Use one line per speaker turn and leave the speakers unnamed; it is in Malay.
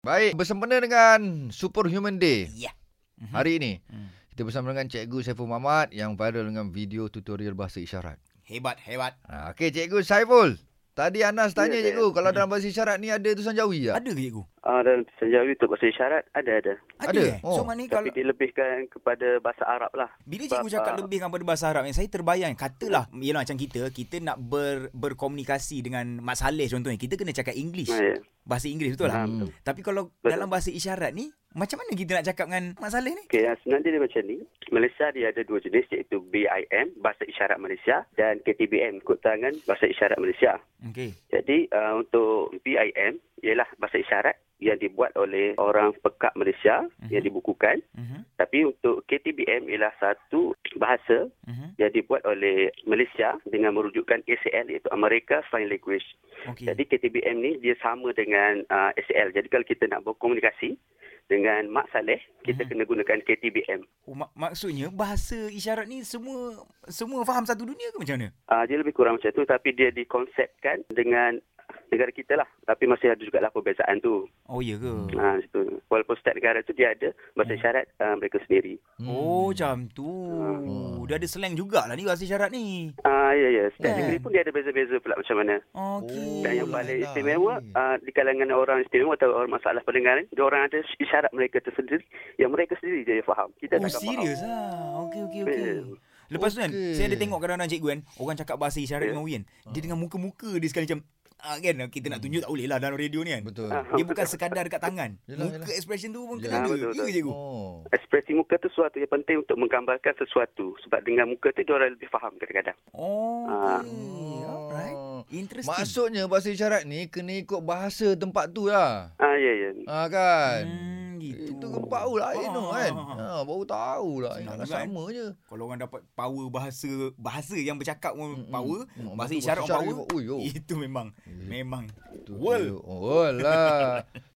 Baik, bersempena dengan Superhuman Day
Ya. Mhm.
hari ini.
Hmm.
Kita bersama dengan Cikgu Saiful Muhammad yang viral dengan video tutorial bahasa isyarat.
Hebat, hebat.
Ha, Okey, Cikgu Saiful. Tadi Anas tanya
Ya, saya.
Cikgu, kalau dalam bahasa isyarat ni ada tulisan jawi tak?
Hmm. Ada ke cikgu?
Ah, dalam senjawi untuk bahasa isyarat ada ada.
Ada.
Ada.
ada. Eh?
Oh.
So maknanya
Tapi
kalau
dilebihkan kepada bahasa Arab lah.
bila cikgu cakap lebih kepada bahasa Arab yang saya terbayang katalah ialah macam kita kita nak ber, berkomunikasi dengan Mat Saleh contohnya kita kena cakap English.
Ah, ya.
Bahasa Inggeris betul lah.
Ah, betul.
Tapi kalau
Betul.
dalam bahasa isyarat ni macam mana kita nak cakap dengan Mat Saleh ni?
Okey, ah, sebenarnya dia macam ni. Malaysia dia ada dua jenis iaitu BIM, Bahasa Isyarat Malaysia dan KTBM, Kod Tangan Bahasa Isyarat Malaysia.
Okey.
Jadi uh, untuk BIM ialah bahasa isyarat yang dibuat oleh orang pekat Malaysia
Mhm.
yang dibukukan.
Mhm.
Tapi untuk KTBM ialah satu bahasa
Mhm.
yang dibuat oleh Malaysia dengan kan merujukkan ACL iaitu America Sign Language.
Okey.
Jadi KTBM ni dia sama dengan uh, SAL. Jadi kalau kita nak berkomunikasi dengan Mak Saleh, kita
Mhm.
kena gunakan KTBM.
Oh, mak- maksudnya bahasa isyarat ni semua semua faham satu dunia ke macam mana?
Uh, dia lebih kurang macam tu tapi dia dikonsepkan dengan negara kita lah. Tapi masih ada juga lah perbezaan tu.
Oh ya ke?
Hmm. Uh, situ. Walaupun setiap negara tu dia ada bahasa
Mhm.
isyarat uh, mereka sendiri.
Hmm.
Oh macam tu. Dia ada slang jugalah ni bahasa isyarat ni.
Ah uh, ya ya, setiap
Kan?
negeri pun dia ada beza-beza pula macam mana.
Okey.
Dan yang
Oh,
paling
lah,
istimewa
eh.
uh, di kalangan orang istimewa atau orang masalah pendengaran, dia orang ada isyarat mereka tersendiri yang mereka sendiri dia faham. Kita
Oh
takkan faham.
serius ah. Okey okey okey.
Yeah.
Lepas tu kan
Okey. Ah.
saya ada tengok kadang-kadang cikgu kan orang cakap bahasa isyarat
Yeah.
dengan Wi kan. Dia dengan muka-muka dia sekali macam ah, kan kita
Hmm.
nak tunjuk tak boleh lah dalam radio ni kan.
Betul.
Ah.
Dia bukan sekadar dekat tangan.
Yelah,
muka
yelah.
expression tu pun
Yelah,
kena ada.
betul,
Ya ke
betul.
cikgu?
Oh.
Ekspresi muka tu sesuatu yang penting untuk menggambarkan sesuatu. Sebab dengan muka tu, diorang lebih faham kadang-kadang.
Oh.
Ah.
Okey. Alright. Interesting.
Maksudnya bahasa isyarat ni kena ikut bahasa tempat tu lah.
Ah, ya, ya.
Ha kan?
Hmm, gitu.
Itu kan bau lah eh, no, kan?
Ah.
Ha, baru tahu lah.
Senang
Ingatlah
juga, eh.
sama je.
Kalau orang dapat power bahasa bahasa yang bercakap pun
Mm-mm.
power,
Mm,
bahasa
betul,
isyarat
bahasa
power.
isyarat, ui, yo.
Itu memang memang
Itu
memang
dia.
Wol.
Wol lah.